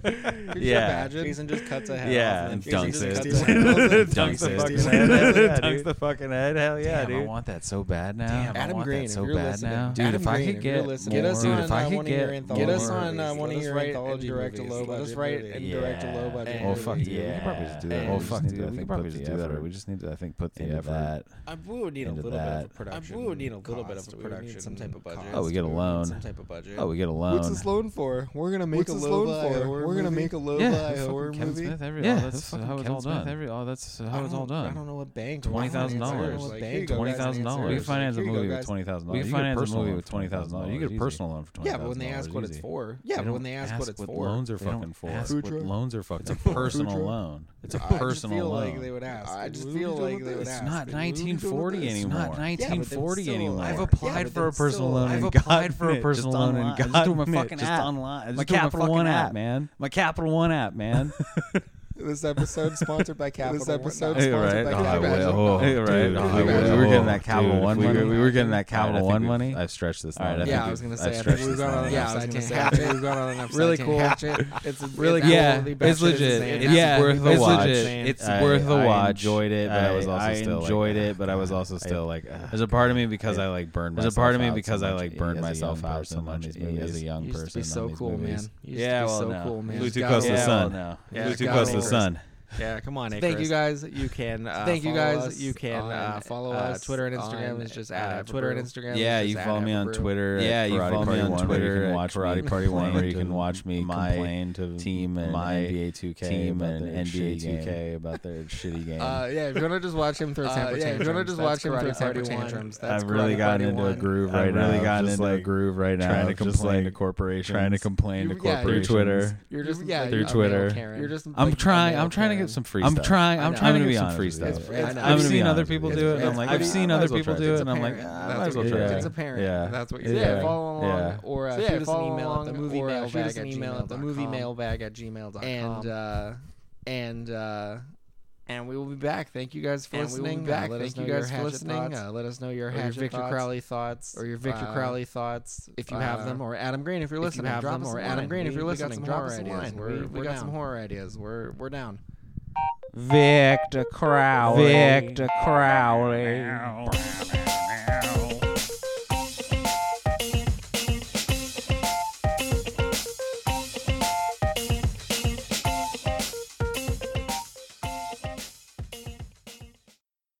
you Yeah. imagine? Jason just cuts a head Yeah, off and and then dunks just cuts it. Dunks head off. Dunks the it. fucking head. Dunks the fucking head. Hell yeah, Damn, dude. I want that so bad now. Damn, I Adam I want want that Green, that if so so you're bad bad listening- now. now. Dude, Adam if I Green, could if you're get listening- more, Get us dude, on, if I uh, could one of your get anthology Get us Or- more- on uh, one of Let your us write and anthology direct direct a movies. low Let us budget write movie. and Yeah. direct a low budget. And- Oh movie. fuck Yeah. yeah! We could probably just do that. that. We Oh just fuck, need dude! to, I I think think, probably put just the do that. Or effort we just need to, I think, put the into effort. that. I, we would need a Into little bit that. of a production. I would need a little bit cost. of a We would need production some type of budget. cost. Oh, we get a would need loan. Some type of budget. Oh, we get a loan. What's this loan for? We're gonna make What's a this low loan for? horror We're gonna movie. make a low Yeah, buy fucking horror Kevin movie. Smith, every, Yeah, all that's that's fucking how it's Kevin all done. Smith. Every, oh, that's I how it's all don't- I done. don't know what bank. $20,000. $20,000. We can finance a Here you go, movie with guys. twenty thousand We dollars. You get can a finance a personal movie loan with for twenty thousand dollars. You get a easy. personal loan for twenty Yeah, thousand but dollars. when they ask what it's easy. for, yeah, They but when don't they ask what it's for, loans are They don't fucking for. ask What what- loans are fucking for. for. Personal Food truck. loan. It's a I just personal feel like they loan. would ask. I just What are we feel doing like with they would this? ask. It's not What are we doing nineteen with forty this? anymore. not 1940 anymore. I've Yeah, applied but for a then personal still, loan. I've and applied gotten for a it personal just loan and online. I just gotten do my it fucking just app. online. My I just do my Capital fucking One app. app, man. My Capital One app, man. This episode sponsored by Capital. This episode One. Hey, right. by Oh, I Capital will. One. Hey, Dude, right. Oh, I we will. were getting that Dude, Capital if One we, money. We were getting that Capital Alright, I One think money. we've- I've stretched this. Alright, line. I Yeah, think I was gonna we've- say. I've I stretched think we've this gone line on. out. Yeah, I was gonna say. I think we've gone on enough. Really so I cool. can't catch it. It's it's Really cool. absolutely Yeah, batshit it's legit. insane. It's Absolutely worth the batshit watch. insane. It's I- worth the I watch. enjoyed it, but I was also I still enjoyed like, it, but I was also still like. ah, There's a part of me because I like burned. There's a part of myself me out so because I, much like, burned as a myself young out person so much on these in- movies. as a young You used to person. be so on these cool, man. You movies. used to be so cool, man. Flew It's too gotta close to be- the Yeah. sun. Yeah, Flew it's too gotta close to be the worth sun. Yeah, come on, Thank you Icarus. guys. You can. Uh, Thank you follow guys. us You can on- uh, follow uh, us. Twitter and Instagram on, is just uh, at Twitter and Brew. Instagram. Yeah, is just you at follow me on Everbrew. Twitter. at Yeah, you Karate follow me Party on 1, Twitter Where you at can watch me Karate Party 1, where you can watch me my complain to team and my NBA 2K team about and their NBA shitty 2K about their shitty game. Uh, yeah, if you want to just watch him throw Uh, temper yeah, if tantrums, you wanna just that's watch him karate throw temper temper tantrums. tantrums, That's I've really karate gotten Party into a one. groove right I've now. really I've gotten just, into a like, groove right now. trying to of just, complain like, to corporations, trying to complain You- to yeah, through you're corporations Twitter. You're just Yeah, like through a male Twitter. Karen. You're just. I'm like a trying. male I'm trying to Karen. get some free I'm stuff. trying. I I'm know. trying I'm to gonna be get some honest free with you. stuff. It's- It's- I- I've I've seen seen other it. people It's do it, and I'm pretty- like, I've I've seen seen it. other Might as people well try it. do it, and I'm like, It's ah, apparent. might as well That's try what it. It's apparent. Yeah. That's what Yeah. you're saying. Follow along, Yeah. or uh, So, yeah, shoot us an follow email along at the movie or, uh, mailbag shoot us at an email at gmail.com. themoviemailbag at gmail.com. And, and uh, and uh, and we will be back. Thank you guys for And we will listening. be back. Uh, let Thank us you know your guys for hatchet listening. thoughts. Uh, let us know your or your hatchet Victor thoughts. Crowley thoughts, or your Victor uh, Crowley thoughts. uh, if you have them, or Adam Green if you're if you listening. have drop them, us or a Adam line. Green if We- you're we got listening, some drop horror us a ideas. line. We're- We- we we're got down. some horror ideas. We're we're down. Victor Crowley. Crowley.